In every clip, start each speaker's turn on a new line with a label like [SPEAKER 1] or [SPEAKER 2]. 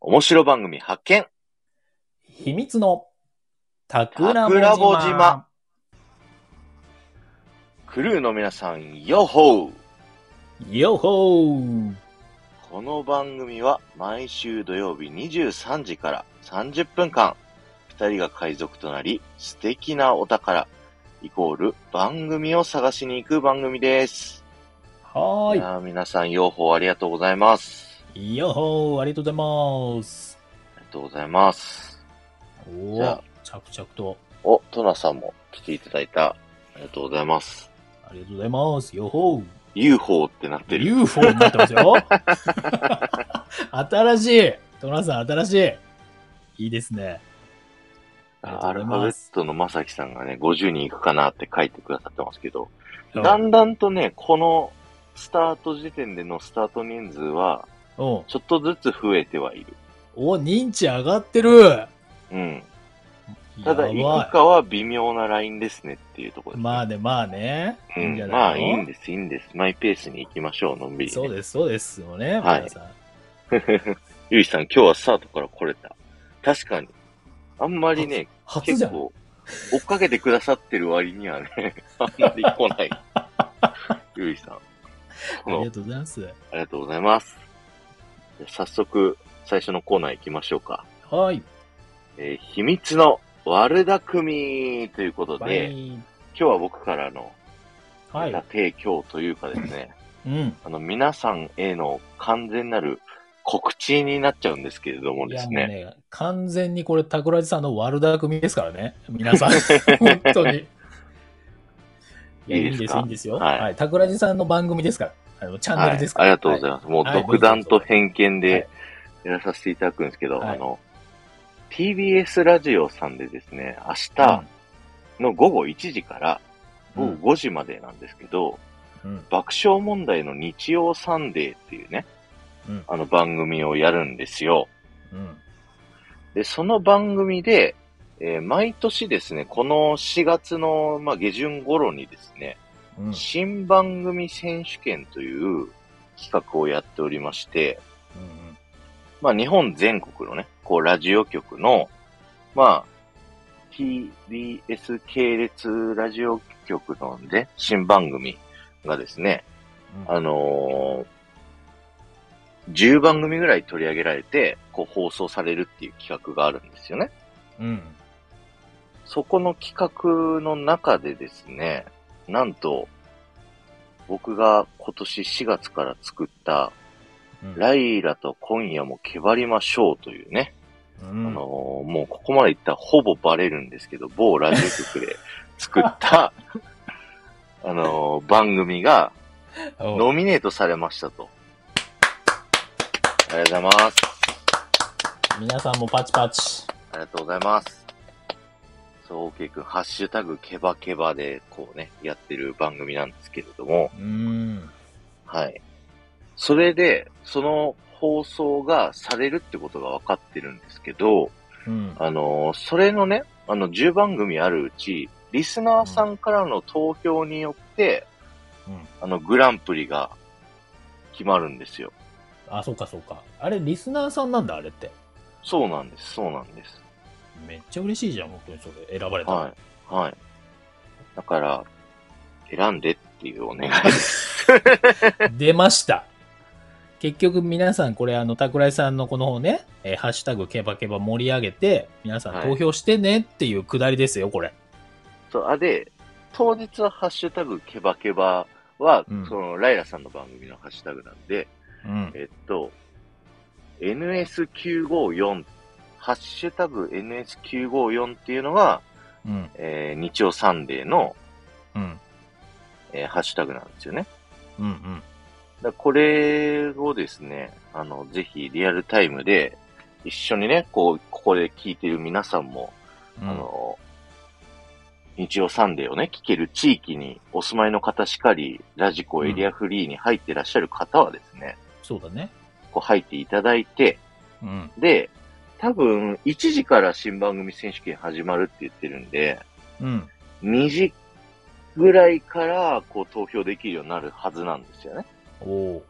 [SPEAKER 1] 面白番組発見
[SPEAKER 2] 秘密のたくらぼ
[SPEAKER 1] たくらぼ
[SPEAKER 2] 島
[SPEAKER 1] 島クルーの皆さん、ヨッホー
[SPEAKER 2] ヨッホー
[SPEAKER 1] この番組は毎週土曜日23時から30分間、二人が海賊となり、素敵なお宝、イコール番組を探しに行く番組です。
[SPEAKER 2] はー
[SPEAKER 1] やー皆さん、ヨッホーありがとうございます。
[SPEAKER 2] い。ヨッホーありがとうございます。
[SPEAKER 1] ありがとうございます。
[SPEAKER 2] お
[SPEAKER 1] じゃあ
[SPEAKER 2] お、着々と。
[SPEAKER 1] お、トナさんも来ていただいた。ありがとうございます。
[SPEAKER 2] ありがとうございます。ヨッホー。
[SPEAKER 1] UFO ってなってる。
[SPEAKER 2] UFO になってま すよ。新しい。トラさん、新しい。いいですね。ありがと
[SPEAKER 1] ア
[SPEAKER 2] うご
[SPEAKER 1] ルファ
[SPEAKER 2] ざい
[SPEAKER 1] ベ
[SPEAKER 2] ま
[SPEAKER 1] ッ
[SPEAKER 2] す。
[SPEAKER 1] トのまさきさんがね、50人いくかなって書いてくださってますけど、だんだんとね、このスタート時点でのスタート人数は、
[SPEAKER 2] お
[SPEAKER 1] ちょっとずつ増えてはいる。
[SPEAKER 2] お、認知上がってる。
[SPEAKER 1] うん。
[SPEAKER 2] や
[SPEAKER 1] ただ、
[SPEAKER 2] ばい
[SPEAKER 1] 行くかは微妙なラインですねっていうところです、
[SPEAKER 2] まあね、まあね。
[SPEAKER 1] う
[SPEAKER 2] いいんじゃ
[SPEAKER 1] ん、
[SPEAKER 2] ないの
[SPEAKER 1] まあいいんです、いいんです。マイペースに行きましょう、のんびりね、
[SPEAKER 2] そうです、そうですよね、
[SPEAKER 1] はい
[SPEAKER 2] 皆さん。
[SPEAKER 1] ゆいさん、今日はスタートから来れた。確かに。あんまりね、
[SPEAKER 2] 初じ
[SPEAKER 1] 結
[SPEAKER 2] ゃん。
[SPEAKER 1] 構、追っかけてくださってる割にはね、 あんまり来 ない。ゆいさん。
[SPEAKER 2] あ
[SPEAKER 1] この
[SPEAKER 2] りがとうございます。
[SPEAKER 1] ありがとうございます。じゃあ早速、最初のコーナー行きましょうか。
[SPEAKER 2] はい。
[SPEAKER 1] えー秘密の悪巧みということ
[SPEAKER 2] バ
[SPEAKER 1] で、
[SPEAKER 2] イ
[SPEAKER 1] 今日は僕からの
[SPEAKER 2] は
[SPEAKER 1] ネタ
[SPEAKER 2] い。
[SPEAKER 1] 提供というかです ね、
[SPEAKER 2] うん。
[SPEAKER 1] あの、皆さんへの完全なる告知になっちゃうんですけれども
[SPEAKER 2] い
[SPEAKER 1] で
[SPEAKER 2] や、
[SPEAKER 1] す
[SPEAKER 2] もう
[SPEAKER 1] ね、
[SPEAKER 2] ね、完全にこれ、タクラジさんの悪巧みですからね。皆さん、 本当に。いや、
[SPEAKER 1] い
[SPEAKER 2] い
[SPEAKER 1] い
[SPEAKER 2] いん
[SPEAKER 1] です
[SPEAKER 2] です、
[SPEAKER 1] か
[SPEAKER 2] いいんですよ。
[SPEAKER 1] はい
[SPEAKER 2] はい。タクラジさんの番組ですから。あのチャンネルですか
[SPEAKER 1] はい。あ
[SPEAKER 2] ら。
[SPEAKER 1] りがとうございます。もう
[SPEAKER 2] はい
[SPEAKER 1] 独断と偏見
[SPEAKER 2] は
[SPEAKER 1] で
[SPEAKER 2] い
[SPEAKER 1] やらさせていただくんですけど、
[SPEAKER 2] はい
[SPEAKER 1] あの、TBS ラジオさんでですね、明日の午後1時から
[SPEAKER 2] うん
[SPEAKER 1] 午後5時までなんですけど、
[SPEAKER 2] うん。
[SPEAKER 1] 爆笑問題の日曜サンデーっていうね、
[SPEAKER 2] うん
[SPEAKER 1] あの番組をやるんですよ。
[SPEAKER 2] うん。
[SPEAKER 1] で、その番組で、えー毎年ですね、この4月の、まあ、下旬頃にですね、
[SPEAKER 2] うん。うん。
[SPEAKER 1] 新番組選手権という企画をやっておりまして、
[SPEAKER 2] うん
[SPEAKER 1] まあ、日本全国のね、こう、ラジオ局の、まあ、TBS 系列ラジオ局のね、新番組がですね、
[SPEAKER 2] うん
[SPEAKER 1] あのー、10番組ぐらい取り上げられて、こう放送されるっていう企画があるんですよね。
[SPEAKER 2] うん。
[SPEAKER 1] そこの企画の中でですね、なんと、僕が今年4月から作った、
[SPEAKER 2] うん。
[SPEAKER 1] ライラと今夜もけばりましょうというね、
[SPEAKER 2] う
[SPEAKER 1] あ
[SPEAKER 2] ん
[SPEAKER 1] のーもうここまでいったらほぼバレるんですけど、某ラジオ局 で作った、あのー番組が、ノミネートされましたと。ありがとうございます。
[SPEAKER 2] 皆さんもパチパチ。
[SPEAKER 1] ありがとうございます。そう、ケイ君、ハッシュタグケバケバで、こうね、やってる番組なんですけれども、
[SPEAKER 2] うん。
[SPEAKER 1] はい。それで、その放送がされるってことが分かってるんですけど、
[SPEAKER 2] うん。
[SPEAKER 1] あのーそれのね、あの、10番組あるうち、リスナーさんからの投票によって、
[SPEAKER 2] うん
[SPEAKER 1] あの、グランプリが決まるんですよ。
[SPEAKER 2] あ、そうかそうか。あれ、リスナーさんなんだ、あれって。
[SPEAKER 1] そうなんです、そうなんです。
[SPEAKER 2] めっちゃ嬉しいじゃん、本当にそれ。選ばれた。
[SPEAKER 1] はい。はい。だから、選んでっていうお願いです。
[SPEAKER 2] 出ました。結局皆さんこれあの、桜井さんのこの方ね、えーハッシュタグケバケバ盛り上げて、皆さん投票してねっていうくだりですよ、これ。
[SPEAKER 1] そう、あ、で、当日はハッシュタグケバケバは、
[SPEAKER 2] うん
[SPEAKER 1] その、ライラさんの番組のハッシュタグなんで、
[SPEAKER 2] うん。
[SPEAKER 1] えっと、NS954、ハッシュタグ NS954 っていうのが、
[SPEAKER 2] うん。
[SPEAKER 1] えー日曜サンデーの、
[SPEAKER 2] うん。
[SPEAKER 1] えーハッシュタグなんですよね。
[SPEAKER 2] うん。うん。
[SPEAKER 1] だからこれをですね、あの、ぜひリアルタイムで、一緒にね、こう、ここで聞いてる皆さんも、
[SPEAKER 2] うん
[SPEAKER 1] あの、日曜サンデーをね、聞ける地域にお住まいの方しかり、ラジコエリアフリーに入ってらっしゃる方はですね、
[SPEAKER 2] そうだね。
[SPEAKER 1] こう入っていただいて、
[SPEAKER 2] うん。
[SPEAKER 1] で、多分、1時から新番組選手権始まるって言ってるんで、
[SPEAKER 2] うん。
[SPEAKER 1] 2時ぐらいから、こう投票できるようになるはずなんですよね。
[SPEAKER 2] おお。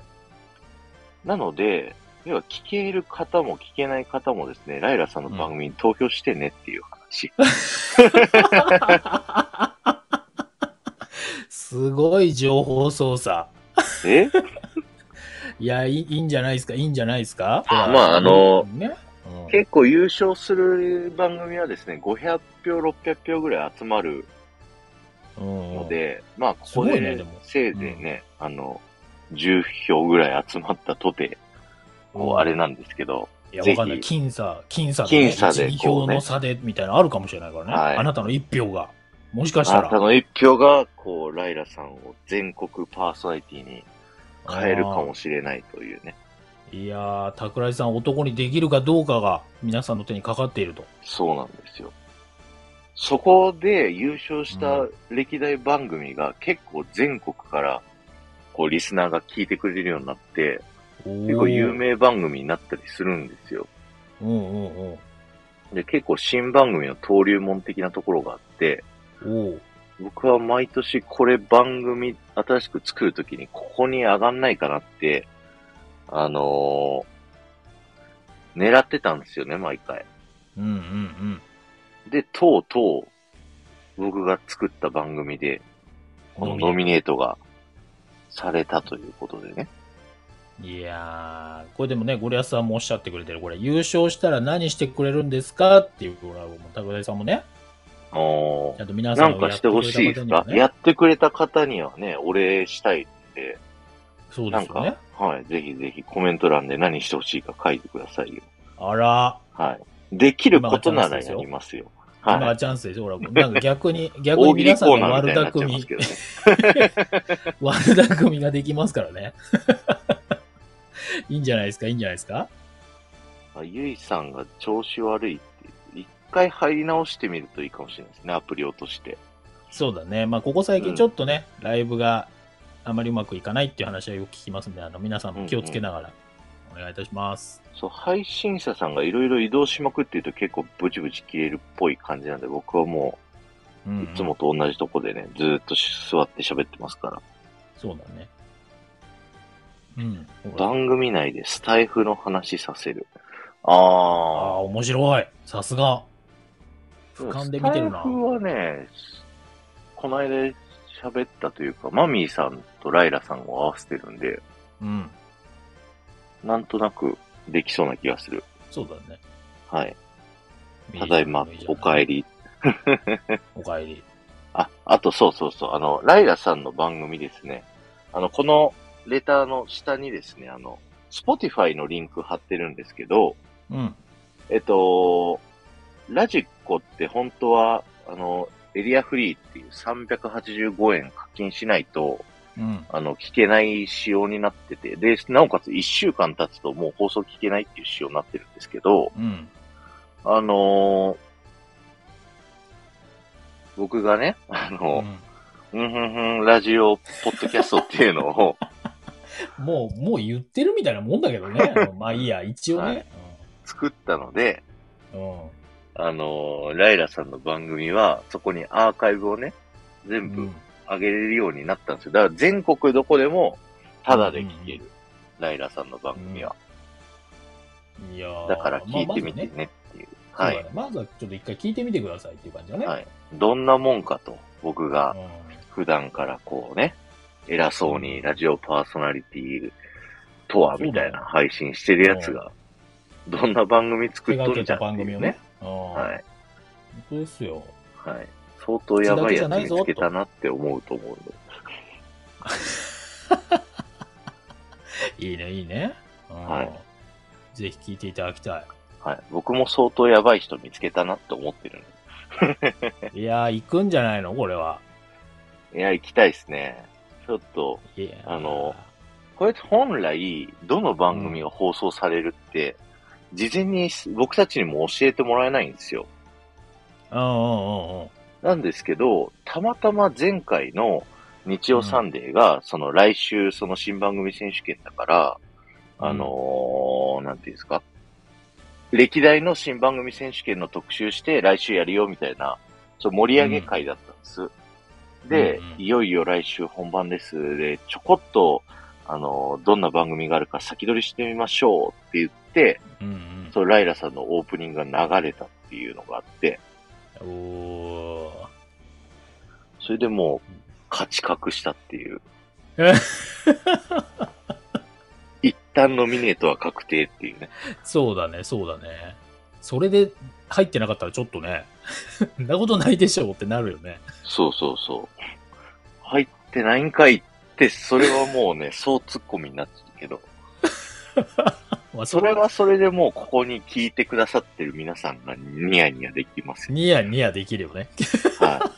[SPEAKER 1] なので、要は聞ける方も聞けない方もですね、ライラさんの番組に投票してねっていう 話。
[SPEAKER 2] すごい情報操作。
[SPEAKER 1] え
[SPEAKER 2] いや、いいいいんじゃないですか、いいんじゃないですか。
[SPEAKER 1] あまああの
[SPEAKER 2] ね。うん
[SPEAKER 1] 結構優勝する番組はですね、500票、600票ぐらい集まる
[SPEAKER 2] うん
[SPEAKER 1] ので、まあ、ここ
[SPEAKER 2] すごいねで
[SPEAKER 1] で
[SPEAKER 2] も
[SPEAKER 1] せいぜいね、あの、10票ぐらい集まったとて、こう、あれなんですけど、
[SPEAKER 2] いや、
[SPEAKER 1] ぜ
[SPEAKER 2] わ
[SPEAKER 1] ひ
[SPEAKER 2] かんない。僅差、僅差
[SPEAKER 1] 僅差で
[SPEAKER 2] 1
[SPEAKER 1] こうね
[SPEAKER 2] 票の差で、みたいなのあるかもしれないからね。
[SPEAKER 1] はい
[SPEAKER 2] あなたの1票が。もしかし
[SPEAKER 1] あ
[SPEAKER 2] た
[SPEAKER 1] なた
[SPEAKER 2] ら。
[SPEAKER 1] の一票が、こう、ライラさんを全国パーソナリティに変えるかもしれないというね。
[SPEAKER 2] いやー、桜井さん、男にできるかどうかが、皆さんの手にかかっていると。
[SPEAKER 1] そうなんですよ。そこで優勝した
[SPEAKER 2] う
[SPEAKER 1] 歴代番組が結構全国から、こう、リスナーが聞いてくれるようになって、結
[SPEAKER 2] 結
[SPEAKER 1] 構有。名番組になったりするんですよ。
[SPEAKER 2] うんうんうん。
[SPEAKER 1] で、結構新番組の登竜門的なところがあって、
[SPEAKER 2] おう
[SPEAKER 1] 僕は毎年これ番組新しく作るときにここに上がんないかなって、あのー狙ってたんですよね、毎回。
[SPEAKER 2] うんうん
[SPEAKER 1] で、とうとう、僕が作った番組で、このノミネートがされたということでね。
[SPEAKER 2] うん。いやー、これでもね、ゴリアスさんもおっしゃってくれてる、これ、優勝したら何してくれるんですかっていう、ほら、もう桜井さんもね、
[SPEAKER 1] お
[SPEAKER 2] ちゃんと皆さ
[SPEAKER 1] なんんかしてほしいですか、や
[SPEAKER 2] やっ
[SPEAKER 1] ってくれた方にはね、お礼したいんで、
[SPEAKER 2] てくれた方にはねそう
[SPEAKER 1] な
[SPEAKER 2] で
[SPEAKER 1] ん
[SPEAKER 2] す
[SPEAKER 1] か、
[SPEAKER 2] よね。
[SPEAKER 1] はい、ぜひぜひコメント欄で何してほしいか書いてくださいよ。
[SPEAKER 2] あら。
[SPEAKER 1] はい。できることならやりますよ。
[SPEAKER 2] 今
[SPEAKER 1] はい。
[SPEAKER 2] がチャンスですよ。ほら、なんか逆に、 逆に
[SPEAKER 1] 大喜利
[SPEAKER 2] 皆さん
[SPEAKER 1] コー
[SPEAKER 2] が
[SPEAKER 1] ナーみた
[SPEAKER 2] 悪
[SPEAKER 1] いになっ
[SPEAKER 2] 巧
[SPEAKER 1] ちゃいま
[SPEAKER 2] み
[SPEAKER 1] すけ、どね。
[SPEAKER 2] 悪巧みができますからね。 いいんじゃないですか、いいんじゃないですか。
[SPEAKER 1] あゆいさんが調子悪いって、一回入り直してみるといいかもしれないですね、アプリ落として。
[SPEAKER 2] そうだね。まあ、ここ最
[SPEAKER 1] う
[SPEAKER 2] 近
[SPEAKER 1] ん
[SPEAKER 2] ちょっとね、ライブがあまりうまくいかないっていう話はよく聞きますんで、あの、皆さんも気をつけながらお願いいたします。
[SPEAKER 1] そう、配信者さんがいろいろ移動しまくってると結構ブチブチ切れるっぽい感じなんで、僕はも
[SPEAKER 2] うん
[SPEAKER 1] う
[SPEAKER 2] う
[SPEAKER 1] い
[SPEAKER 2] ん
[SPEAKER 1] つもと同じとこでね、ずーっと座って喋ってますから。
[SPEAKER 2] そうだね。うん。ほら
[SPEAKER 1] 番組内でスタイフの話させる。
[SPEAKER 2] あ
[SPEAKER 1] あ
[SPEAKER 2] あ、面白い。さすが。
[SPEAKER 1] ー。
[SPEAKER 2] 俯瞰で見てるな
[SPEAKER 1] スタイフはね、この間喋ったというか、マミーさんとライラさんを合わせてるんで、
[SPEAKER 2] うん。
[SPEAKER 1] なんとなくできそうな気がする。
[SPEAKER 2] そうだね。
[SPEAKER 1] はい。ただいま、お帰
[SPEAKER 2] り。
[SPEAKER 1] り。
[SPEAKER 2] お帰り。
[SPEAKER 1] あ、あとそうそうそう、あの、ライラさんの番組ですね。あの、このレターの下にですね、あの、Spotify のリンク貼ってるんですけど、
[SPEAKER 2] うん。
[SPEAKER 1] えっと、ラジコって本当は、あの、エリアフリーっていう385円課金しないと、
[SPEAKER 2] うん。
[SPEAKER 1] あの、聞けない仕様になってて、で、なおかつ1週間経つともう放送聞けないっていう仕様になってるんですけど、
[SPEAKER 2] うん。
[SPEAKER 1] あのー僕がね、あ
[SPEAKER 2] う
[SPEAKER 1] の、
[SPEAKER 2] ん
[SPEAKER 1] うんふんふんラジオ、ポッドキャストっていうの を、
[SPEAKER 2] もう、もう言ってるみたいなもんだけどね。あのまあいいや、一応ね。
[SPEAKER 1] はい作ったので、
[SPEAKER 2] うん。うん
[SPEAKER 1] あのーライラさんの番組は、そこにアーカイブをね、全
[SPEAKER 2] う
[SPEAKER 1] 部
[SPEAKER 2] ん
[SPEAKER 1] 上げれるようになったんですよ。だから全国どこでも、タダで聞け
[SPEAKER 2] うん
[SPEAKER 1] る、ライラさんの番組は。
[SPEAKER 2] いやー
[SPEAKER 1] だから聞いてみて
[SPEAKER 2] まあまず
[SPEAKER 1] ね
[SPEAKER 2] ね
[SPEAKER 1] っていう。
[SPEAKER 2] そう
[SPEAKER 1] は
[SPEAKER 2] だ
[SPEAKER 1] い
[SPEAKER 2] ね。まずはちょっと一回聞いてみてくださいっていう感じだね。
[SPEAKER 1] はい。どんなもんかと、僕が
[SPEAKER 2] うん
[SPEAKER 1] 普段からこうね、偉そうにラジオパーソナリティとはみたいな配信してるやつが、どんな番組作
[SPEAKER 2] 手
[SPEAKER 1] っとる
[SPEAKER 2] 掛け
[SPEAKER 1] んじゃ
[SPEAKER 2] た
[SPEAKER 1] んっ
[SPEAKER 2] 番
[SPEAKER 1] てい
[SPEAKER 2] 組
[SPEAKER 1] う
[SPEAKER 2] を
[SPEAKER 1] ね
[SPEAKER 2] ね。。うん
[SPEAKER 1] はい。
[SPEAKER 2] 本当ですよ。
[SPEAKER 1] はい。相当やばいやつ見つけたなって思うと思うので。
[SPEAKER 2] いいね、いいね。うん
[SPEAKER 1] はいぜ
[SPEAKER 2] ぜひ聞いていただきた
[SPEAKER 1] はい。僕も相当やばい人見つけたなって思ってるん
[SPEAKER 2] い。いやー、行くんじゃないのこれは。
[SPEAKER 1] で。いや、行きたいですね。ちょっと、
[SPEAKER 2] いやー
[SPEAKER 1] あの、これ本来、どの番組が放送されるって、事前に僕たちにも教えてもらえないんですよ。
[SPEAKER 2] うんうんうんうん。
[SPEAKER 1] なんですけど、たまたま前回の日曜サンデーが、その来週、その新番組選手権だから、あのー、なんていうんですか、歴代の新番組選手権の特集して、来週やるよみたいな、そう盛り上げ会だったんです。で
[SPEAKER 2] うんう、ん
[SPEAKER 1] いよいよ来週本番です。で、ちょこっとあの、どんな番組があるか先取りしてみましょうって言って、
[SPEAKER 2] うん
[SPEAKER 1] そのライラさんのオープニングが流れたっていうのがあって、
[SPEAKER 2] うん。おー。
[SPEAKER 1] それでもう、勝ち確したっていう
[SPEAKER 2] え。
[SPEAKER 1] 一旦ノミネートは確定っていうね。
[SPEAKER 2] そうだね、そうだね。それで入ってなかったらちょっとね、 そんなことないでしょうってなるよね。
[SPEAKER 1] そうそうそう。入ってないんかいって、それはもうね、そうツッコミになってるけど、
[SPEAKER 2] まあ、
[SPEAKER 1] それはそれでもうここに聞いてくださってる皆さんがニヤニヤできますよ。
[SPEAKER 2] ニヤニヤできるよね。
[SPEAKER 1] はい。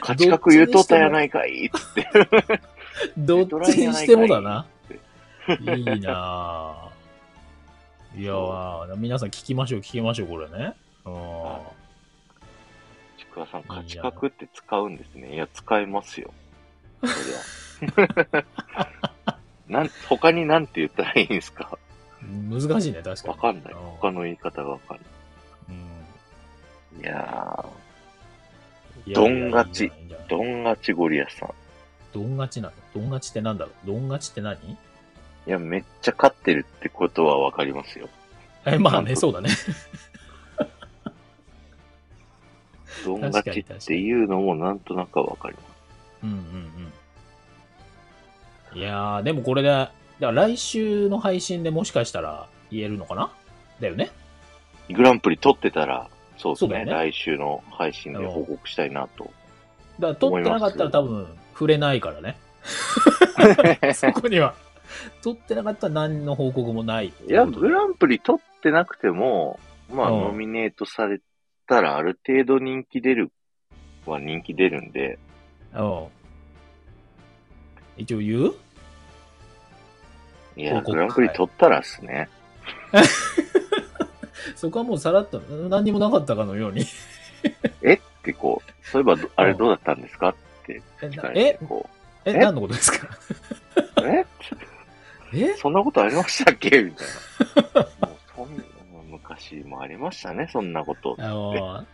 [SPEAKER 1] 勝ち確言うとったやないかいっつって。
[SPEAKER 2] どっちにしてもだな。いいなぁ。いやー皆さん聞きましょう、聞きましょう、これね。う
[SPEAKER 1] ちくわさん、勝ち確って使うんですね。いや、使えますよ。そりゃ。 なん、他になんて言ったらいいんですか
[SPEAKER 2] ん難しいね、確かに。
[SPEAKER 1] わかんない。他
[SPEAKER 2] ん
[SPEAKER 1] の言い方がわかんな
[SPEAKER 2] うん
[SPEAKER 1] い。いや
[SPEAKER 2] いやいや
[SPEAKER 1] どん勝ち
[SPEAKER 2] いいんじゃない
[SPEAKER 1] ー、どんがちゴリアスさん。
[SPEAKER 2] どん勝ちなのどん勝ちってなんだろうどん勝ちって何
[SPEAKER 1] いや、めっちゃ勝ってるってことはわかりますよ。
[SPEAKER 2] え、まあね、そうだね。
[SPEAKER 1] どん勝ちっていうのもなんとなくはわかります。
[SPEAKER 2] うんうんうん。いやー、でもこれで、だから来週の配信でもしかしたら言えるのかなだよね。
[SPEAKER 1] グランプリ取ってたら、そうです
[SPEAKER 2] そうだ
[SPEAKER 1] ね
[SPEAKER 2] よね
[SPEAKER 1] 来週の配信で報告したいなと。
[SPEAKER 2] だから取ってなかったら多分触れないからね。 そこには。取ってなかったら何の報告もないって
[SPEAKER 1] いうや、
[SPEAKER 2] こと
[SPEAKER 1] グランプリ取ってなくても、まあ、
[SPEAKER 2] うん
[SPEAKER 1] ノミネートされたら、ある程度人気出るは人気出るんで、
[SPEAKER 2] うん。一応言う
[SPEAKER 1] いや、
[SPEAKER 2] 報告
[SPEAKER 1] グランプリ取ったらっすね。
[SPEAKER 2] そこはもうさらっと何にもなかったかのように。
[SPEAKER 1] えってこう、そういえばど、あれどうだったんですかって
[SPEAKER 2] え
[SPEAKER 1] 聞
[SPEAKER 2] な
[SPEAKER 1] かれ
[SPEAKER 2] え
[SPEAKER 1] て、こ
[SPEAKER 2] え
[SPEAKER 1] え
[SPEAKER 2] 何のことですか
[SPEAKER 1] う、え
[SPEAKER 2] え
[SPEAKER 1] そんなことありましたっけみたい な。もうそんな昔もありましたね、そんなこと。
[SPEAKER 2] あの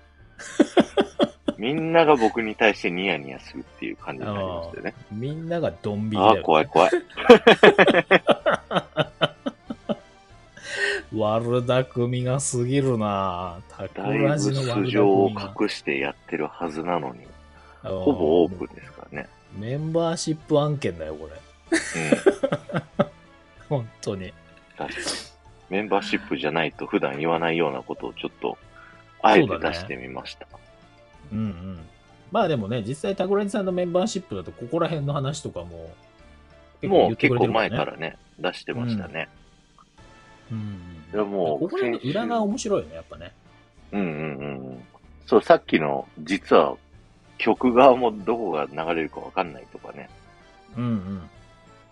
[SPEAKER 1] みんなが僕に対してニヤニヤするっていう感じになりましたよね。
[SPEAKER 2] みんながドン引き
[SPEAKER 1] ああ
[SPEAKER 2] だ
[SPEAKER 1] ー、
[SPEAKER 2] よ。
[SPEAKER 1] 怖い 怖い。
[SPEAKER 2] 悪巧みがすぎるなぁ。タ
[SPEAKER 1] だ
[SPEAKER 2] コ
[SPEAKER 1] い
[SPEAKER 2] ラ
[SPEAKER 1] ぶ
[SPEAKER 2] ジの
[SPEAKER 1] 素
[SPEAKER 2] 悪
[SPEAKER 1] 性を
[SPEAKER 2] 巧みが。
[SPEAKER 1] 隠してやってるはずなのに、
[SPEAKER 2] ほ
[SPEAKER 1] ほぼオープンですからね。
[SPEAKER 2] メンバーシップ案件だよ、これ。
[SPEAKER 1] うん。
[SPEAKER 2] 本当に。
[SPEAKER 1] 確かに。メンバーシップじゃないと普段言わないようなことをちょっと、あえて出してみました。
[SPEAKER 2] うんうん。まあでもね、実際タコラジさんのメンバーシップだと、ここら辺の話とかも、
[SPEAKER 1] もう
[SPEAKER 2] 結
[SPEAKER 1] 結
[SPEAKER 2] 構言ってくれ
[SPEAKER 1] 構
[SPEAKER 2] てる
[SPEAKER 1] 前
[SPEAKER 2] ね
[SPEAKER 1] からね、出してましたね。
[SPEAKER 2] うん
[SPEAKER 1] いやもう
[SPEAKER 2] ここら辺の裏側面白いよね、やっぱね。
[SPEAKER 1] うんうんうんうん。そう、さっきの、実は、曲側もどこが流れるかわかんないとかね。
[SPEAKER 2] うんうん。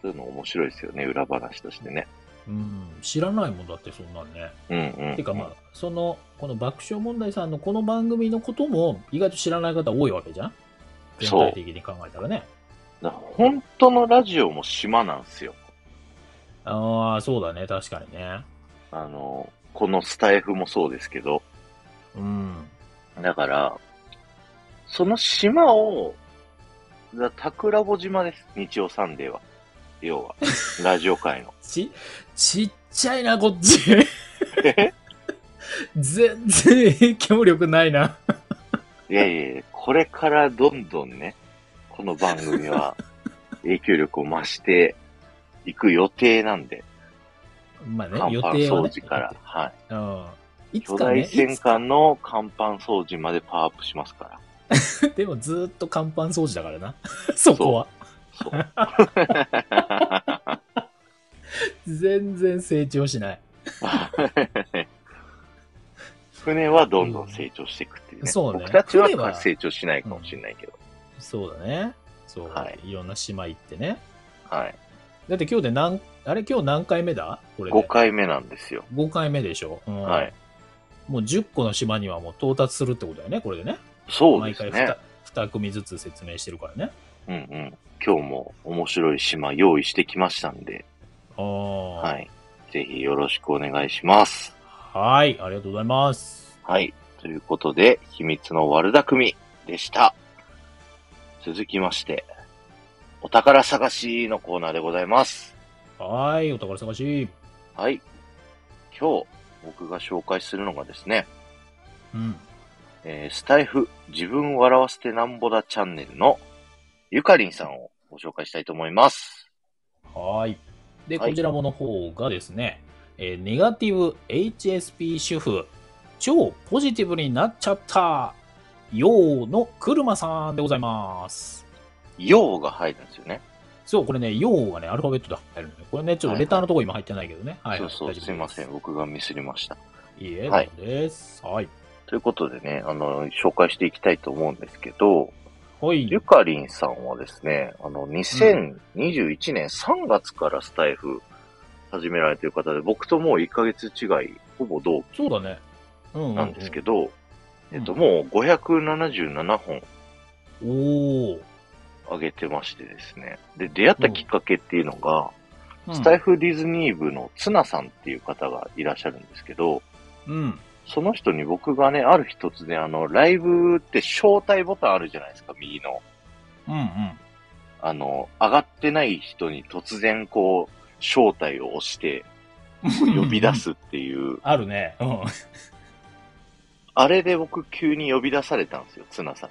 [SPEAKER 1] そういうの面白いですよね、裏話としてね。
[SPEAKER 2] うん、知らないもんだってそんなんね。
[SPEAKER 1] うんうん、
[SPEAKER 2] てかまあ、その、この爆笑問題さんのこの番組のことも意外と知らない方多いわけじゃん全
[SPEAKER 1] そう
[SPEAKER 2] 体的に考えたらね。
[SPEAKER 1] だから本当のラジオも島なんですよ。
[SPEAKER 2] ああ、そうだね、確かにね。
[SPEAKER 1] あの、このスタイフもそうですけど。
[SPEAKER 2] うん。
[SPEAKER 1] だから、その島を、だ桜穂島です。日曜サンデーは。要 は、ラジオ界の。
[SPEAKER 2] ち、ちっちゃいな、こっ ち。全然影響力ないな。
[SPEAKER 1] いやいやいや、これからどんどんね、この番組 は影響力を増していく予定なんで、
[SPEAKER 2] まあね
[SPEAKER 1] 甲、
[SPEAKER 2] 予
[SPEAKER 1] 板
[SPEAKER 2] 定は、
[SPEAKER 1] 掃
[SPEAKER 2] ね。
[SPEAKER 1] 除から、はい。
[SPEAKER 2] うん。いつ
[SPEAKER 1] 巨
[SPEAKER 2] かね、
[SPEAKER 1] 大
[SPEAKER 2] い
[SPEAKER 1] 戦
[SPEAKER 2] つか
[SPEAKER 1] 艦の甲板掃除までパワーアップしますから。
[SPEAKER 2] でもずーっと甲板掃除だからな。 そこは。
[SPEAKER 1] そう。
[SPEAKER 2] 全然成長しない。
[SPEAKER 1] 船はどんどん成長していくっていうね。
[SPEAKER 2] うんそうね
[SPEAKER 1] 僕たちは
[SPEAKER 2] 船は
[SPEAKER 1] 成長しないかもしれないけど。
[SPEAKER 2] そうだね。そう。
[SPEAKER 1] はい
[SPEAKER 2] い、ろんな島行ってね。
[SPEAKER 1] はい。
[SPEAKER 2] だって今日で何、あれ今日何回目だこれで。
[SPEAKER 1] 5。回目なんですよ。
[SPEAKER 2] 5回目でしょ。うん
[SPEAKER 1] はい。。
[SPEAKER 2] もう10個の島にはもう到達するってことだよね、これでね。
[SPEAKER 1] そうです
[SPEAKER 2] 毎回 2,
[SPEAKER 1] ね。
[SPEAKER 2] 2組ずつ説明してるからね。
[SPEAKER 1] うんうん。今日も面白い島用意してきましたんで、
[SPEAKER 2] ああ。
[SPEAKER 1] は。い。ぜひよろしくお願いします。
[SPEAKER 2] はい。ありがとうございます。
[SPEAKER 1] はい。ということで、秘密の悪巧みでした。続きまして、お宝探しのコーナーでございます。
[SPEAKER 2] はーい、お宝探し。
[SPEAKER 1] はい。今日、僕が紹介するのがですね、
[SPEAKER 2] うん。
[SPEAKER 1] えースタイフ自分を笑わせてなんぼだチャンネルのゆかりんさんをご紹介したいと思います。
[SPEAKER 2] はーい。で、
[SPEAKER 1] はい
[SPEAKER 2] こちらもの方がですね、えーネガティブ HSP 主婦、超ポジティブになっちゃったよーの車さんでございます。
[SPEAKER 1] ようが入るんですよね。
[SPEAKER 2] そう、これね、よーがね、アルファベットで入るのね。これね、ちょっとレターのとこ今入ってないけどね。はい、はい。
[SPEAKER 1] そうそう、すいません。。僕がミスりました。
[SPEAKER 2] いいえ、
[SPEAKER 1] は
[SPEAKER 2] はいい、です。はい。
[SPEAKER 1] ということでね、あの、紹介していきたいと思うんですけど、
[SPEAKER 2] はい。
[SPEAKER 1] ゆかりんさんはですね、あの、2021年3月からスタイフ始められている方で、僕ともう1ヶ月違い、ほぼ同期
[SPEAKER 2] そうだね。うんうう
[SPEAKER 1] なんですけど、
[SPEAKER 2] うん
[SPEAKER 1] えっと、もう577本
[SPEAKER 2] おお、
[SPEAKER 1] 上げてましてですね。で、出会ったきっかけっていうのが、スタイ
[SPEAKER 2] フ。
[SPEAKER 1] フディズニー部のツナさんっていう方がいらっしゃるんですけど、
[SPEAKER 2] うん。
[SPEAKER 1] その人に僕がね、ある日突然、あの、ライブって招待ボタンあるじゃないですか、右の。
[SPEAKER 2] うんうん。
[SPEAKER 1] あの、上がってない人に突然こう、招待を押して呼び出。すっていう、
[SPEAKER 2] あるね。うん。
[SPEAKER 1] あれで僕急に呼び出されたんですよ、ツナさん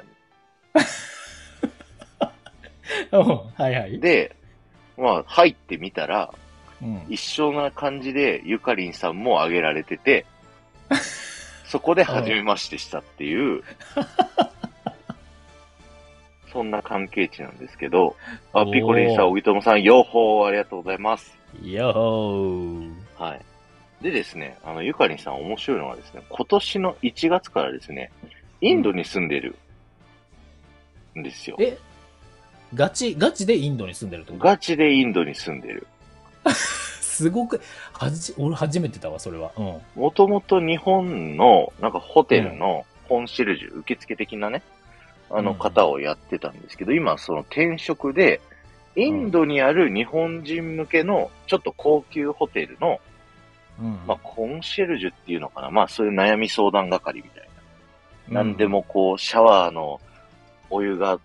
[SPEAKER 2] うんはいは
[SPEAKER 1] に。
[SPEAKER 2] い。
[SPEAKER 1] で、まあ、入ってみたら、
[SPEAKER 2] うん
[SPEAKER 1] 一緒な感じで、ゆかりんさんも挙げられて て、そこで初めましてしたっていう、そんな関係値なんですけど、あ、
[SPEAKER 2] おー
[SPEAKER 1] ピコリンさん、おぎともさん、ようほー、ありがとうございます。
[SPEAKER 2] よー。
[SPEAKER 1] はい。でですね、あの、ゆかりんさん面白いのはですね、今年の1月からですね、インドに住んでるんですよ。
[SPEAKER 2] えガチ、ガチでインドに住んでるってこと
[SPEAKER 1] ガチでインドに住んでる。
[SPEAKER 2] すごく、はじ、俺初めてだわ、それは。うん。
[SPEAKER 1] もともと日本の、なんかホテルのコンシェルジュ、受付的なね、あの
[SPEAKER 2] うん
[SPEAKER 1] 方をやってたんですけど、今その転職で、インドにある日本人向けの、ちょっと高級ホテルの、
[SPEAKER 2] うん。
[SPEAKER 1] まあ、コンシェルジュっていうのかな、まあ、そういう悩み相談係みたい
[SPEAKER 2] うん
[SPEAKER 1] な。なんで。もこう、シャワーのお湯が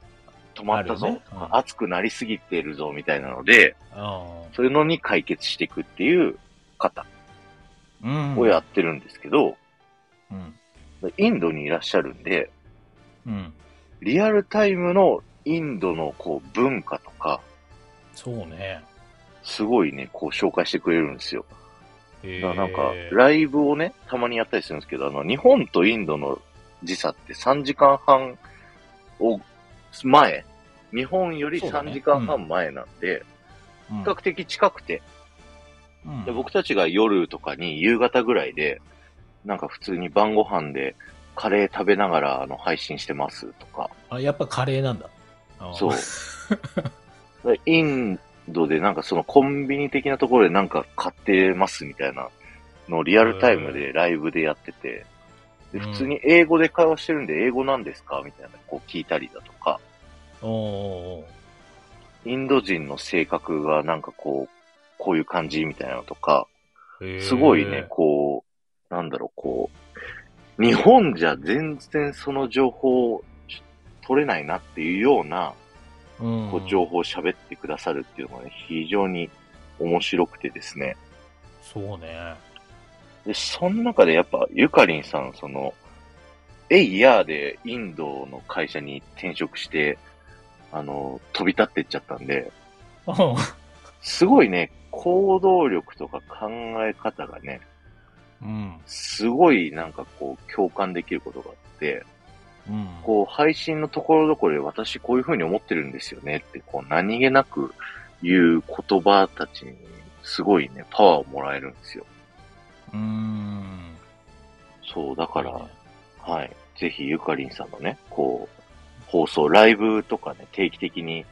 [SPEAKER 1] 止まったぞ、
[SPEAKER 2] あるよねうん
[SPEAKER 1] 熱くなりすぎてるぞ、みたいなので、そういうのに解決していくっていう方
[SPEAKER 2] うん。
[SPEAKER 1] をやってるんですけど、
[SPEAKER 2] うん。
[SPEAKER 1] インドにいらっしゃるんで、
[SPEAKER 2] うん。
[SPEAKER 1] リアルタイムのインドのこう文化とか、
[SPEAKER 2] そうね。
[SPEAKER 1] すごいね、こう紹介してくれるんですよ。
[SPEAKER 2] え
[SPEAKER 1] だからなんか、
[SPEAKER 2] ー
[SPEAKER 1] ライブをね、たまにやったりするんですけど、あの、日本とインドの時差って3時間半を前、日本より
[SPEAKER 2] そうだね
[SPEAKER 1] 3時間半前なんで、
[SPEAKER 2] うん
[SPEAKER 1] 比較的近くて、
[SPEAKER 2] うん
[SPEAKER 1] で僕たちが夜とかに夕方ぐらいで、なんか普通に晩ご飯でカレー食べながらあの配信してますとか、
[SPEAKER 2] あ、やっぱカレーなんだ。あー
[SPEAKER 1] そう。でインドでなんかそのコンビニ的なところでなんか買ってますみたいなのをリアルタイムでライブでやってて、で
[SPEAKER 2] うん
[SPEAKER 1] 普通に英語で会話してるんで英語なんですかみたいなこう聞いたりだとか、
[SPEAKER 2] おーおーおー
[SPEAKER 1] インド人の性格がなんかこう、こういう感じみたいなのとか、
[SPEAKER 2] へー
[SPEAKER 1] すごいね、こう、なんだろう、こう、日本じゃ全然その情報を取れないなっていうような、
[SPEAKER 2] うん
[SPEAKER 1] こう情報を喋ってくださるっていうのがね、非常に面白くてですね。
[SPEAKER 2] そうね。
[SPEAKER 1] で、その中でやっぱ、ゆかりんさん、その、エイヤーでインドの会社に転職して、あの、飛び立ってっちゃったんで、
[SPEAKER 2] うん
[SPEAKER 1] すごいね、行動力とか考え方がね、
[SPEAKER 2] うん。
[SPEAKER 1] すごいなんかこう、共感できることがあって、
[SPEAKER 2] うん。
[SPEAKER 1] こう、配信のところどころで私こういう風に思ってるんですよねって、こう、何気なく言う言葉たちに、すごいね、パワーをもらえるんですよ。
[SPEAKER 2] うーん。
[SPEAKER 1] そう、だから、
[SPEAKER 2] いいね
[SPEAKER 1] はい。ぜひ、ゆかりんさんのね、こう、放送、ライブとかね、定期的に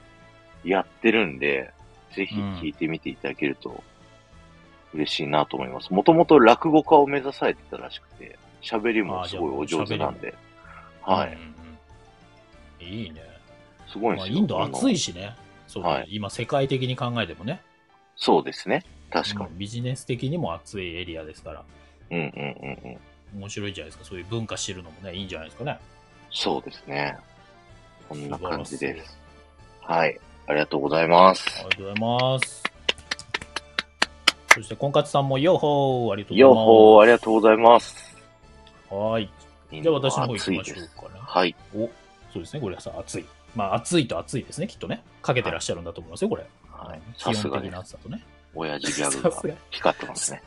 [SPEAKER 1] やってるんで、ぜひ聞いてみていただけると嬉しいなと思います。もともと落語家を目指されてたらしくて、喋りもすごいお上手なんで、は
[SPEAKER 2] う
[SPEAKER 1] い。
[SPEAKER 2] んうん。いいね。
[SPEAKER 1] すごいん
[SPEAKER 2] ま
[SPEAKER 1] です
[SPEAKER 2] あ、
[SPEAKER 1] よ。
[SPEAKER 2] インド暑い
[SPEAKER 1] し。
[SPEAKER 2] しね。そう、
[SPEAKER 1] はい
[SPEAKER 2] 今世界的に考えてもね。
[SPEAKER 1] そうですね。確かに。
[SPEAKER 2] うんビジネス的にも暑いエリアですから。
[SPEAKER 1] うんうんうんうん。
[SPEAKER 2] 面白いじゃないですか。そういう文化知るのもね、いいんじゃないですかね。
[SPEAKER 1] そうですね。こんな感じ
[SPEAKER 2] 素晴ら
[SPEAKER 1] で
[SPEAKER 2] しい
[SPEAKER 1] す。はい。ありがとうございます
[SPEAKER 2] あ。りがとうございます。そして、婚活さんも、よほー、ありがとうござい
[SPEAKER 1] よ
[SPEAKER 2] ます。
[SPEAKER 1] ほー、ありがとうございます。
[SPEAKER 2] はーい。じゃあ、私の方行きま
[SPEAKER 1] 暑
[SPEAKER 2] しょ
[SPEAKER 1] いです
[SPEAKER 2] うかな。
[SPEAKER 1] はい。
[SPEAKER 2] お、そうですね、これさ、暑い。まあ、暑いと暑いですね、きっとね。かけてらっしゃるんだと思いますよ、これ。
[SPEAKER 1] はい
[SPEAKER 2] うん
[SPEAKER 1] さす
[SPEAKER 2] 気
[SPEAKER 1] がです
[SPEAKER 2] 温的な暑さとね。
[SPEAKER 1] 親父ギ
[SPEAKER 2] さ
[SPEAKER 1] ャ
[SPEAKER 2] す
[SPEAKER 1] グが
[SPEAKER 2] が。
[SPEAKER 1] 光ってますね。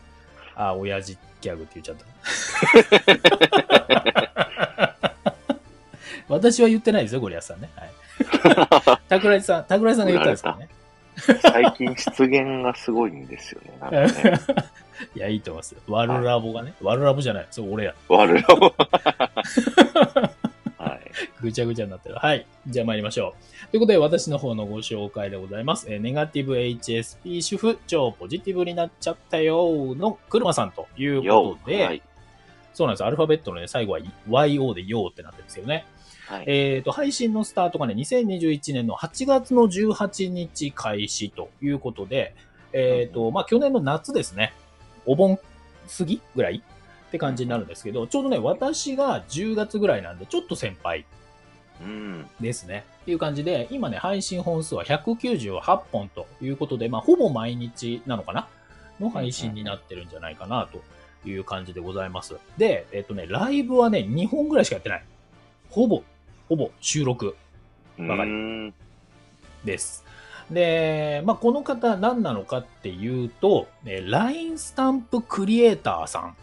[SPEAKER 2] あ、親父ギャグって言っちゃった。 私は言ってないですよ、ゴリアスさんね。はい。 桜井さん、桜井さんが言ったんですかね。
[SPEAKER 1] 最近出現がすごいんです よね。なんかね
[SPEAKER 2] いや、いいと思いますよ。ワルラボがね。ワルラボじゃない。そう、俺ら。
[SPEAKER 1] 悪 いの。はい。
[SPEAKER 2] ぐちゃぐちゃになってる。はい。じゃあ参りましょう。ということで、私の方のご紹介でございます。えーネガティブ HSP 主婦、超ポジティブになっちゃったよの車さんというこ
[SPEAKER 1] よ
[SPEAKER 2] とで、
[SPEAKER 1] はい。
[SPEAKER 2] そうなんです。アルファベットの、ね、最後は YO でよってなってるんですよね。
[SPEAKER 1] はい。
[SPEAKER 2] えっ、と、配信のスタートがね、2021年の8月の18日開始ということで、えっ、と、まあ、去年の夏ですね、お盆過ぎぐらいって感じになるんですけど、ちょうどね、私が10月ぐらいなんで、ちょっと先輩
[SPEAKER 1] うん。
[SPEAKER 2] ですね。っていう感じで、今ね、配信本数は198本ということで、まあ、ほぼ毎日なのかなの配信になってるんじゃないかなという感じでございます。で、えっとね、ライブはね、2本ぐらいしかやってない。ほぼ、ほぼ収録
[SPEAKER 1] う
[SPEAKER 2] わかり
[SPEAKER 1] ーん。
[SPEAKER 2] です。で、まあ、この方何なのかっていうと、えー LINE スタンプクリエイターさん。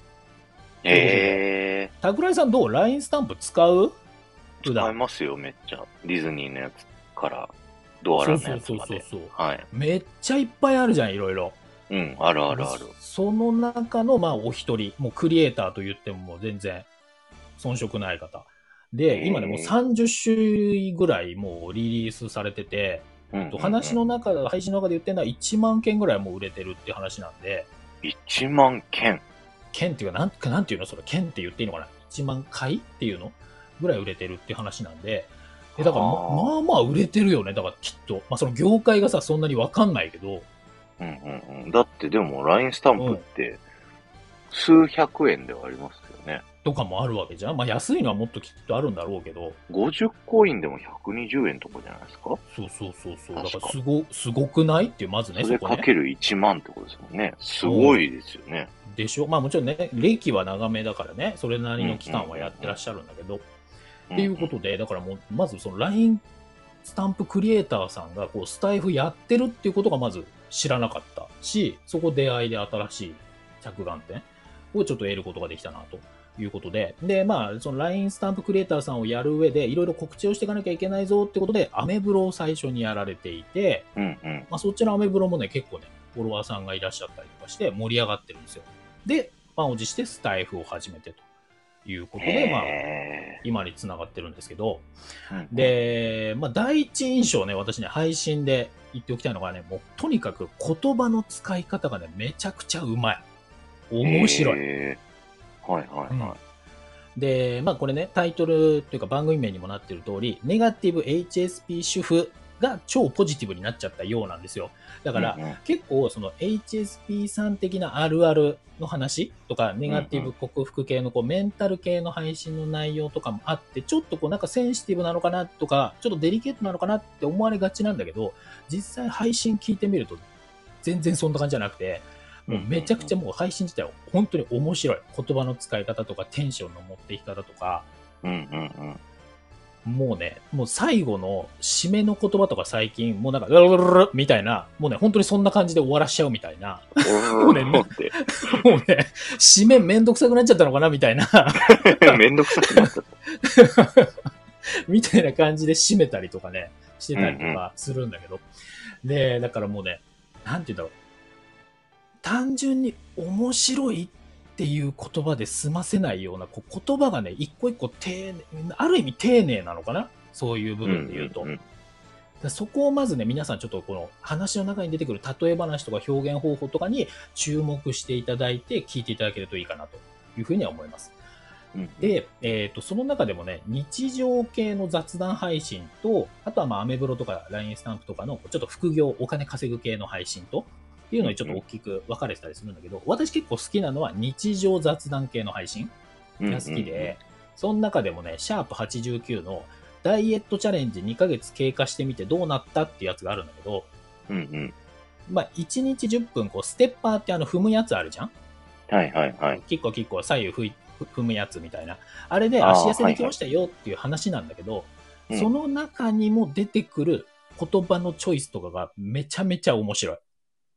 [SPEAKER 1] え
[SPEAKER 2] 桜井さんどう ?LINE スタンプ使う
[SPEAKER 1] ー、
[SPEAKER 2] 普
[SPEAKER 1] 使え
[SPEAKER 2] 段。
[SPEAKER 1] ますよ、めっちゃ。ディズニーのやつから、ドアラのやつまで。
[SPEAKER 2] そう。
[SPEAKER 1] はい。
[SPEAKER 2] めっちゃいっぱいあるじゃん、いろいろ。
[SPEAKER 1] うん、あるあるある。
[SPEAKER 2] その中の、まあ、お一人、もうクリエイターと言ってももう全然遜色ない方。
[SPEAKER 1] へ
[SPEAKER 2] で、
[SPEAKER 1] ー
[SPEAKER 2] 今ね、もう30種類ぐらいもうリリースされてて、
[SPEAKER 1] うんうんうん
[SPEAKER 2] 話の中で、配信の中で言ってるのは1万件ぐらいもう売れてるっていう話なんで、
[SPEAKER 1] 1万件。
[SPEAKER 2] 件っていうか、なんなんていうのそれ、件って言っていいのかな ?1 万回っていうのぐらい売れてるっていう話なんで、えだからま、
[SPEAKER 1] あー
[SPEAKER 2] まあまあ売れてるよね、だからきっと。まあ、その業界がさ、そんなにわかんないけど、
[SPEAKER 1] うんうんうん。だってでも、LINE スタンプって、数百円ではありますよね。
[SPEAKER 2] とかもあるわけじゃん。まあ、安いのはもっときっとあるんだろうけど、
[SPEAKER 1] 50コインでも120円とかじゃないですか
[SPEAKER 2] そうそうそうそう。だ
[SPEAKER 1] 確
[SPEAKER 2] か
[SPEAKER 1] か
[SPEAKER 2] らすご、すごくないっていう、まずね、
[SPEAKER 1] そ
[SPEAKER 2] そ
[SPEAKER 1] れ
[SPEAKER 2] こ
[SPEAKER 1] か
[SPEAKER 2] ね。
[SPEAKER 1] ける1万ってことですもんね。すごいですよね。
[SPEAKER 2] でしょまあもちろんね、歴は長めだからね、それなりの期間はやってらっしゃるんだけど、っていうことで、だからもう、まずその LINE スタンプクリエイターさんが、こう、スタイフやってるっていうことがまず知らなかったし、そこ出会いで新しい着眼点をちょっと得ることができたなと。いうことで。で、まあ、その LINE スタンプクリエイターさんをやる上で、いろいろ告知をしていかなきゃいけないぞってことで、アメブロを最初にやられていて、
[SPEAKER 1] うんうん。うん
[SPEAKER 2] まあ、そっちのアメブロもね、結構ね、フォロワーさんがいらっしゃったりとかして盛り上がってるんですよ。で、満を持してスタイフを始めてということで、まあ、
[SPEAKER 1] へ
[SPEAKER 2] 今に繋がってるんですけど、
[SPEAKER 1] ー、
[SPEAKER 2] で、まあ、第一印象ね、私ね、配信で言っておきたいのがね、もう、とにかく言葉の使い方がね、めちゃくちゃうまい。面白い。
[SPEAKER 1] へーはいはいは
[SPEAKER 2] で、まあ、これね、タイトルというか番組名にもなってる通り、ネガティブ HSP 主婦が超ポジティブになっちゃったようなんですよ。だ
[SPEAKER 1] い。
[SPEAKER 2] から、
[SPEAKER 1] うんうん
[SPEAKER 2] 結構その HSP さん的なあるあるの話とかネガティブ克服系のこうメンタル系の配信の内容とかもあってちょっとこうなんかセンシティブなのかなとかちょっとデリケートなのかなって思われがちなんだけど実際配信聞いてみると全然そんな感じじゃなくてもうめちゃくちゃもう配信自体は本当に面白い言葉の使い方とかテンションの持っていき方とか
[SPEAKER 1] うんうんうん。
[SPEAKER 2] もうね、もう最後の締めの言葉とか最近、もうなんか、ルルルルルみたいな、もうね、本当にそんな感じで終わらしちゃうみたいな、
[SPEAKER 1] おー
[SPEAKER 2] ね
[SPEAKER 1] 思って。
[SPEAKER 2] もうね、締めめんどくさくなっちゃったのかなみたいな、
[SPEAKER 1] めんどくさくなっちゃっ
[SPEAKER 2] みたいな感じで締めたりとかね、してたりとかするんだけど。で、だからもうね、なんて言うんだろう。単純に面白いっていう言葉で済ませないような、こう言葉がね、一個一個丁寧、ある意味丁寧なのかなそういう
[SPEAKER 1] た。
[SPEAKER 2] 部分で言うと。
[SPEAKER 1] んんん
[SPEAKER 2] だそこをまずね、皆さんちょっとこの話の中に出てくる例え話とか表現方法とかに注目していただいて聞いていただけるといいかなというふうには思います。
[SPEAKER 1] うん
[SPEAKER 2] で、えー、とその中でもね、日常系の雑談配信と、あとはまあアメブロとか LINE スタンプとかのちょっと副業、お金稼ぐ系の配信と、っていうのにちょっと大きく分かれてたりするんだけど、私結構好きなのは日常雑談系の配信。
[SPEAKER 1] うん
[SPEAKER 2] が好きで、その中でもね、シャープ89のダイエットチャレンジ2ヶ月経過してみてどうなったってやつがあるんだけど、
[SPEAKER 1] うんうん。
[SPEAKER 2] まあ、1日10分、こう、ステッパーってあの、踏むやつあるじゃん
[SPEAKER 1] はいはいはい。
[SPEAKER 2] キッコキッコ左右ふい踏むやつみたいな。あれで足痩せできましたよっていう話なんだけど、
[SPEAKER 1] はいはい
[SPEAKER 2] その中にも出てくる言葉のチョイスとかがめちゃめちゃ面白い。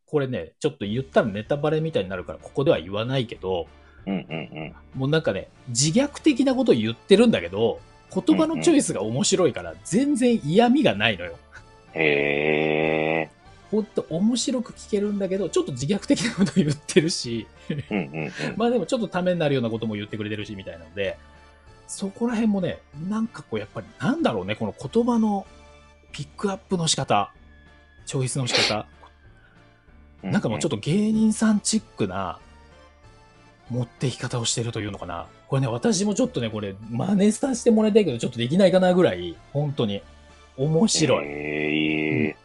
[SPEAKER 2] これね、ちょっと言ったらネタバレみたいになるから、ここでは言わないけど、
[SPEAKER 1] うんうん
[SPEAKER 2] もうなんかね、自虐的なことを言ってるんだけど、言葉のチョイスが面白いから、全然嫌味がないのよ。
[SPEAKER 1] うん。へえ。
[SPEAKER 2] ほんと面白く聞けるんだけど、ちょっと自虐的なこと言ってるし、
[SPEAKER 1] うんうんうん。
[SPEAKER 2] まあでもちょっとためになるようなことも言ってくれてるしみたいなので、そこら辺もね、なんかこうやっぱりなんだろうね、この言葉のピックアップの仕方、チョイスの仕方、なんかもうちょっ
[SPEAKER 1] と。
[SPEAKER 2] と芸人さんチックな持っていき方をしてるというのかな。これね、私もちょっとね、これ真似させてもらいたいけど、ちょっとできないかなぐらい、本当に面白い。
[SPEAKER 1] へえ。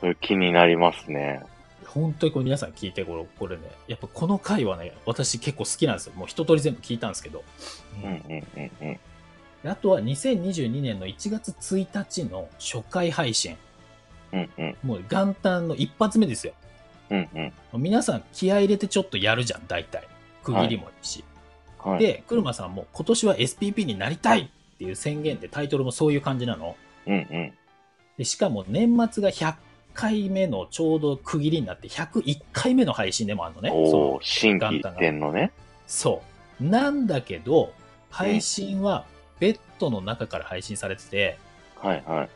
[SPEAKER 1] それ気になりますね。
[SPEAKER 2] 本当にこれ皆さん聞いてこれ、これね、やっぱこの回はね、私結構好きなんですよ。もう一通り全部聞いたんですけど。
[SPEAKER 1] うんうんうんうん。
[SPEAKER 2] であとは2022年の1月1日の初回配信。
[SPEAKER 1] うんうん
[SPEAKER 2] もう元旦の一発目ですよ。
[SPEAKER 1] うんうん。
[SPEAKER 2] 皆さん気合い入れてちょっとやるじゃん、大体。区切りもいいし。
[SPEAKER 1] はい。
[SPEAKER 2] で、車さんも今年は SPP になりたいっていう宣言でタイトルもそういう感じなの。
[SPEAKER 1] うんうん。
[SPEAKER 2] でしかも年末が100回目のちょうど区切りになって101回目の配信でもあるのね。
[SPEAKER 1] お
[SPEAKER 2] そ
[SPEAKER 1] お、新規一点のね。
[SPEAKER 2] うそう。なんだけど、配信はベッドの中から配信されてて、
[SPEAKER 1] はいはい。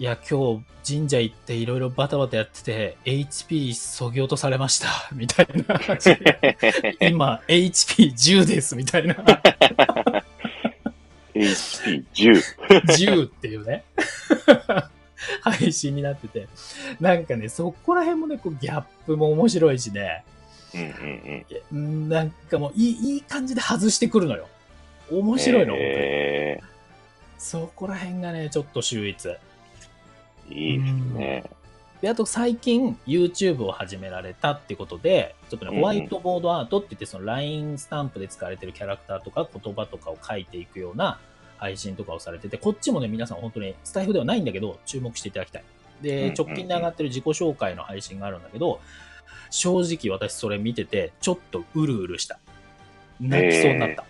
[SPEAKER 2] いや、今日神社行っていろいろバタバタやってて、HP 削ぎ落とされました、 みたいな話。 今、HP10 です、みたいな。
[SPEAKER 1] HP10。
[SPEAKER 2] 10っていうね。 配信になってて。なんかね、そこら辺もね、こうギャップも面白いしね。
[SPEAKER 1] うんうん
[SPEAKER 2] いやうんなんかもういい、いい感じで外してくるのよ。
[SPEAKER 1] うん。
[SPEAKER 2] 面白いの、本当に
[SPEAKER 1] へ
[SPEAKER 2] そこら辺がね、ちょっと秀逸。
[SPEAKER 1] え。いいですね。
[SPEAKER 2] で、あと最近 YouTube を始められたってことで、ちょっと
[SPEAKER 1] うん
[SPEAKER 2] ね、
[SPEAKER 1] うん
[SPEAKER 2] ホワイトボードアートって言って、その LINE スタンプで使われてるキャラクターとか言葉とかを書いていくような配信とかをされてて、こっちもね、皆さん本当にスタイフではないんだけど、注目していただきたい。
[SPEAKER 1] うんう
[SPEAKER 2] で
[SPEAKER 1] ん、
[SPEAKER 2] 直近で上がってる自己紹介の配信があるんだけど、正直私それ見てて、ちょっとうるうるした。泣きそうになった。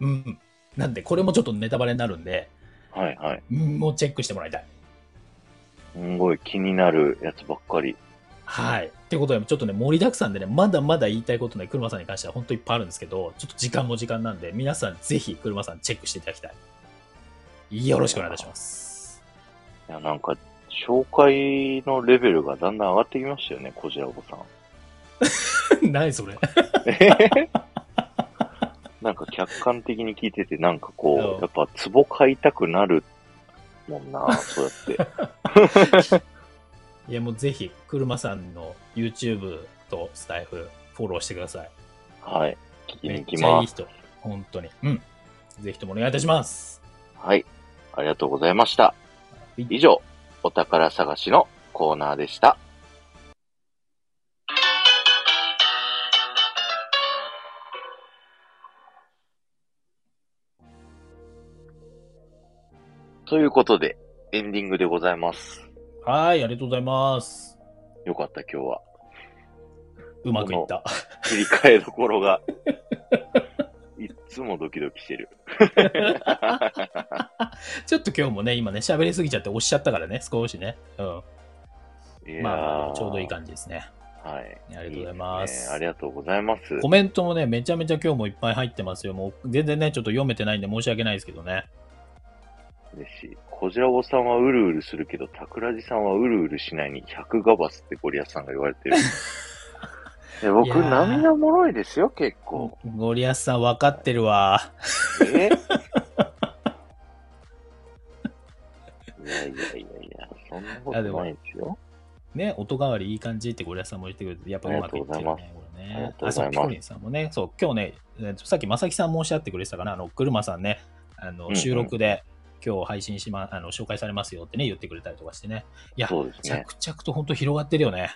[SPEAKER 2] うん。なんで、これもちょっとネタバレになるんで、
[SPEAKER 1] はいはい。
[SPEAKER 2] うんもうチェックしてもらいたい。
[SPEAKER 1] すごい気になるやつばっかり。
[SPEAKER 2] はい。ってことで、ちょっとね、盛りだくさんでね、まだまだ言いたいことね、車さんに関しては本当いっぱいあるんですけど、ちょっと時間も時間なんで、皆さんぜひ車さんチェックしていただきたい。よろしくお願いいたします。
[SPEAKER 1] いや、なんか、紹介のレベルがだんだん上がってきましたよね、こじらぼさん。
[SPEAKER 2] 何それ。
[SPEAKER 1] なんか客観的に聞いてて、なんかこ
[SPEAKER 2] うん
[SPEAKER 1] う、やっぱ壺買いたくなるもんな、そう やって。
[SPEAKER 2] いや、もうぜひ、車さんの YouTube とスタイフ、フォローしてください。
[SPEAKER 1] はい。聞き
[SPEAKER 2] め
[SPEAKER 1] に
[SPEAKER 2] っ
[SPEAKER 1] 行き
[SPEAKER 2] ちゃい
[SPEAKER 1] ま
[SPEAKER 2] い
[SPEAKER 1] す。
[SPEAKER 2] 人。本当に。うん。ぜひともお願いいたします。
[SPEAKER 1] はい。ありがとうございました。以上、お宝探しのコーナーでした。ということで、エンディングでございます。
[SPEAKER 2] はい、ありがとうございます。
[SPEAKER 1] よかった、今日は。
[SPEAKER 2] うまくいった。
[SPEAKER 1] 切り替えどころが。いっつもドキドキしてる。
[SPEAKER 2] ちょっと今日もね、今ね、喋りすぎちゃって押しちゃったからね、少しね。うん。
[SPEAKER 1] いやー
[SPEAKER 2] まあまあ、でもちょうどいい感じですね。
[SPEAKER 1] はい。
[SPEAKER 2] ありがとうございます
[SPEAKER 1] ですねありがとうございます。
[SPEAKER 2] コメントもね、めちゃめちゃ今日もいっぱい入ってますよ。もう全然ね、ちょっと読めてないんで申し訳ないですけどね。
[SPEAKER 1] 嬉しい。こじらぼさんはうるうるするけど、桜地さんはうるうるしないに100ガバスってゴリアスさんが言われ てる。え僕
[SPEAKER 2] いや、ー
[SPEAKER 1] 涙もろいですよ、結構。
[SPEAKER 2] ゴリアスさん分かってるわ。
[SPEAKER 1] えいやいやいやいや、そんなことないですよ。
[SPEAKER 2] ね、音変わりいい感じってゴリアスさんも言ってくれて、やっぱうまくいってる
[SPEAKER 1] ありがとうござ
[SPEAKER 2] ね。これ
[SPEAKER 1] ありが
[SPEAKER 2] ね
[SPEAKER 1] とうご
[SPEAKER 2] あ、
[SPEAKER 1] ざい
[SPEAKER 2] そう、
[SPEAKER 1] ます
[SPEAKER 2] ピコリンさんもね、そう、今日ね、えーとさっきまさきさん申し上げてくれてたかな、あの、車さんね、あ
[SPEAKER 1] うんう
[SPEAKER 2] の、
[SPEAKER 1] ん
[SPEAKER 2] 収録で今日配信しま、あの、紹介されますよってね、言ってくれたりとかしてね、や
[SPEAKER 1] そうですね。
[SPEAKER 2] 着々と本当広がってるよね。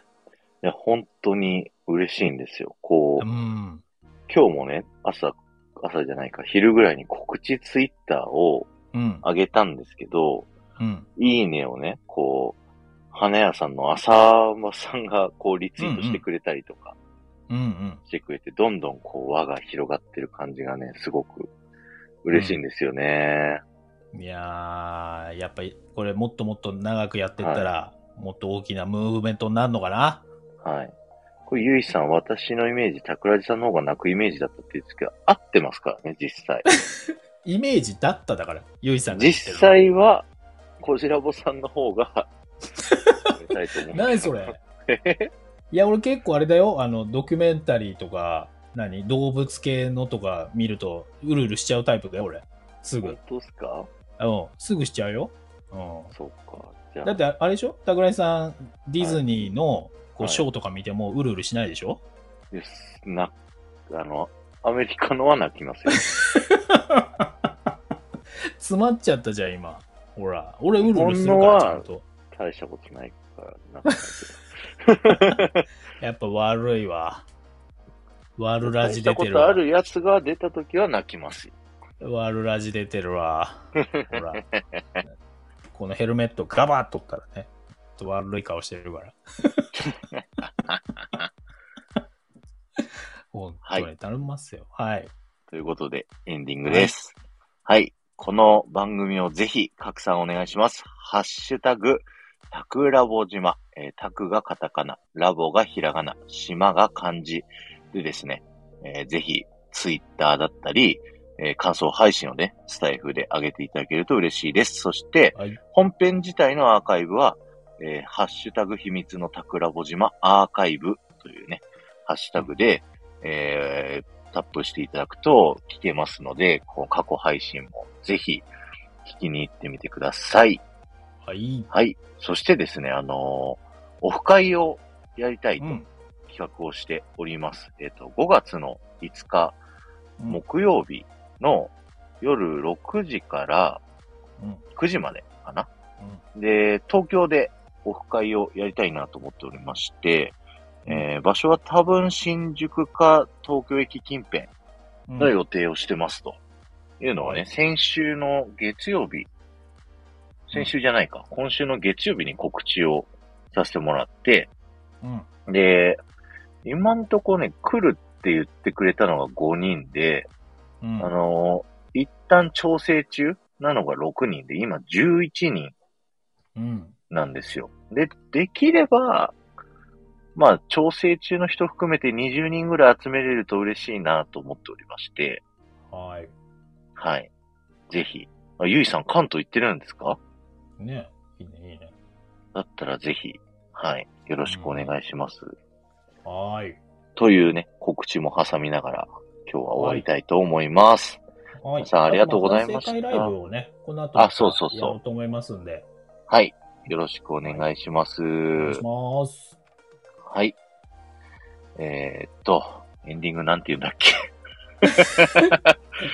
[SPEAKER 1] いや、本当に嬉しいんですよ。こ
[SPEAKER 2] う
[SPEAKER 1] う、
[SPEAKER 2] ん。
[SPEAKER 1] 今日もね、朝、朝じゃないか、昼ぐらいに告知ツイッターを
[SPEAKER 2] うん。
[SPEAKER 1] 上げたんですけど、
[SPEAKER 2] うん。
[SPEAKER 1] いいねをね、こう、花屋さんの浅間さんがこうリツイートしてくれたりとか
[SPEAKER 2] うんうん。
[SPEAKER 1] してくれて、どんどんこう輪が広がってる感じがね、すごく嬉しいんですよね。
[SPEAKER 2] いやー、やっぱりこれもっともっと長くやってったら、もっと大きなムーブメントになるのかな
[SPEAKER 1] はい。これ、ゆいさん、私のイメージ、桜地さんの方が泣くイメージだったって言うんですけど、合ってますからね、実際。
[SPEAKER 2] イメージだっただから、ゆいさんが言って
[SPEAKER 1] 実
[SPEAKER 2] るの
[SPEAKER 1] 際は、こじらぼさんの方 が、冷たいと思う
[SPEAKER 2] 何 それいや、俺結構あれだよ、あの、ドキュメンタリーとか、何、動物系のとか見ると、うるうるしちゃうタイプだよ、俺。すぐ
[SPEAKER 1] 本。当っすか
[SPEAKER 2] うん、すぐしちゃうよ。う
[SPEAKER 1] そうか。じゃ
[SPEAKER 2] ん。
[SPEAKER 1] あ、
[SPEAKER 2] だって、あれでしょ桜井さん、ディズニーの、こ
[SPEAKER 1] は
[SPEAKER 2] う
[SPEAKER 1] い
[SPEAKER 2] ショーとか見てもうるうるしないでしょ、
[SPEAKER 1] ですな、あの、アメリカのは泣きますよ。
[SPEAKER 2] 詰まっちゃったじゃん、今。ほら、俺うるうるす
[SPEAKER 1] ほ
[SPEAKER 2] る
[SPEAKER 1] んの
[SPEAKER 2] から、
[SPEAKER 1] は
[SPEAKER 2] ちゃんと。
[SPEAKER 1] 大したことないから、なん かない
[SPEAKER 2] やっぱ悪いわ。
[SPEAKER 1] けど
[SPEAKER 2] 悪ラジ
[SPEAKER 1] 大した
[SPEAKER 2] 出
[SPEAKER 1] こ
[SPEAKER 2] てる
[SPEAKER 1] とあ
[SPEAKER 2] わ。
[SPEAKER 1] るやつが出たときは泣きますよ。
[SPEAKER 2] 悪ラジ出てる わ。ほら。このヘルメットガバッと取ったらね、ちょっと悪い顔してるから。 本当に頼みますよ。はい。
[SPEAKER 1] ということで、エンディングです。はい。この番組をぜひ拡散お願いします。ハッシュタグ、タクラボ島。えータクがカタカナ、ラボがひらがな、島が漢字。でですね、えーぜひ、ツイッターだったり、えー感想配信をね、スタイフで上げていただけると嬉しいです。そして、
[SPEAKER 2] はい
[SPEAKER 1] 本編自体のアーカイブは、えーハッシュタグ秘密のタクラボ島アーカイブというね、ハッシュタグで、えー、タップしていただくと聞けますので、こう過去配信もぜひ聞きに行ってみてください。
[SPEAKER 2] はい。
[SPEAKER 1] はい。そしてですね、あのーオフ会をやりたいうと
[SPEAKER 2] ん。
[SPEAKER 1] 企画をしております。えっ、と、5月の5日
[SPEAKER 2] うん
[SPEAKER 1] 木曜日の夜6時から
[SPEAKER 2] うん。
[SPEAKER 1] 9時までかな。で、東京でオフ会をやりたいなと思っておりまして、えー場所は多分新宿か東京駅近辺
[SPEAKER 2] うん。
[SPEAKER 1] の予定をしてますと。いうのはね、先週の月曜日、先週じゃないか、今週の月曜日に告知をさせてもらって、
[SPEAKER 2] うん。
[SPEAKER 1] で、今んとこね、来るって言ってくれたのが5人で、
[SPEAKER 2] うん。
[SPEAKER 1] あのー一旦調整中なのが6人で、今11人
[SPEAKER 2] うん。
[SPEAKER 1] なんですよ。で、できれば、まあ、調整中の人含めて20人ぐらい集めれると嬉しいなと思っておりまして、
[SPEAKER 2] はい。
[SPEAKER 1] はい。ぜひ。あゆいさん、関東行ってるんですか
[SPEAKER 2] ね。いいね、いいね。
[SPEAKER 1] だったらぜひ、はい。よろしくお願いします。
[SPEAKER 2] はーい。
[SPEAKER 1] というね、告知も挟みながら、今日は終わりたいと思います。
[SPEAKER 2] はい。
[SPEAKER 1] さあありがとうございました
[SPEAKER 2] 正解ライブをね、この後
[SPEAKER 1] あそうそうそう
[SPEAKER 2] やろうと思いますんで、
[SPEAKER 1] はい。よろしくお願いします。
[SPEAKER 2] お願いします。
[SPEAKER 1] はい。えー、っと、エンディングなんて言うんだっ け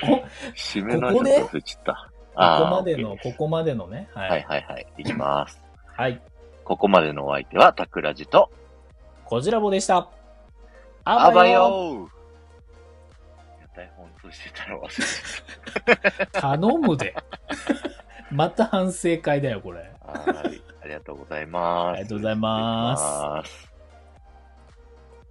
[SPEAKER 2] こ
[SPEAKER 1] 締めの
[SPEAKER 2] ここで
[SPEAKER 1] 挨拶忘れちゃった。
[SPEAKER 2] ここま
[SPEAKER 1] ー
[SPEAKER 2] での、
[SPEAKER 1] OK
[SPEAKER 2] ここまでのね。はい。
[SPEAKER 1] はいはいはい。いきます。
[SPEAKER 2] はい。
[SPEAKER 1] ここまでのお相手は、タクラジと、
[SPEAKER 2] こじらぼでした。
[SPEAKER 1] あばよー台本としてたら忘れちゃった。
[SPEAKER 2] 頼むで。 また反省会だよ、これ。
[SPEAKER 1] はい。ありがとうございます。
[SPEAKER 2] ありがとうございます
[SPEAKER 1] ありがとうございます。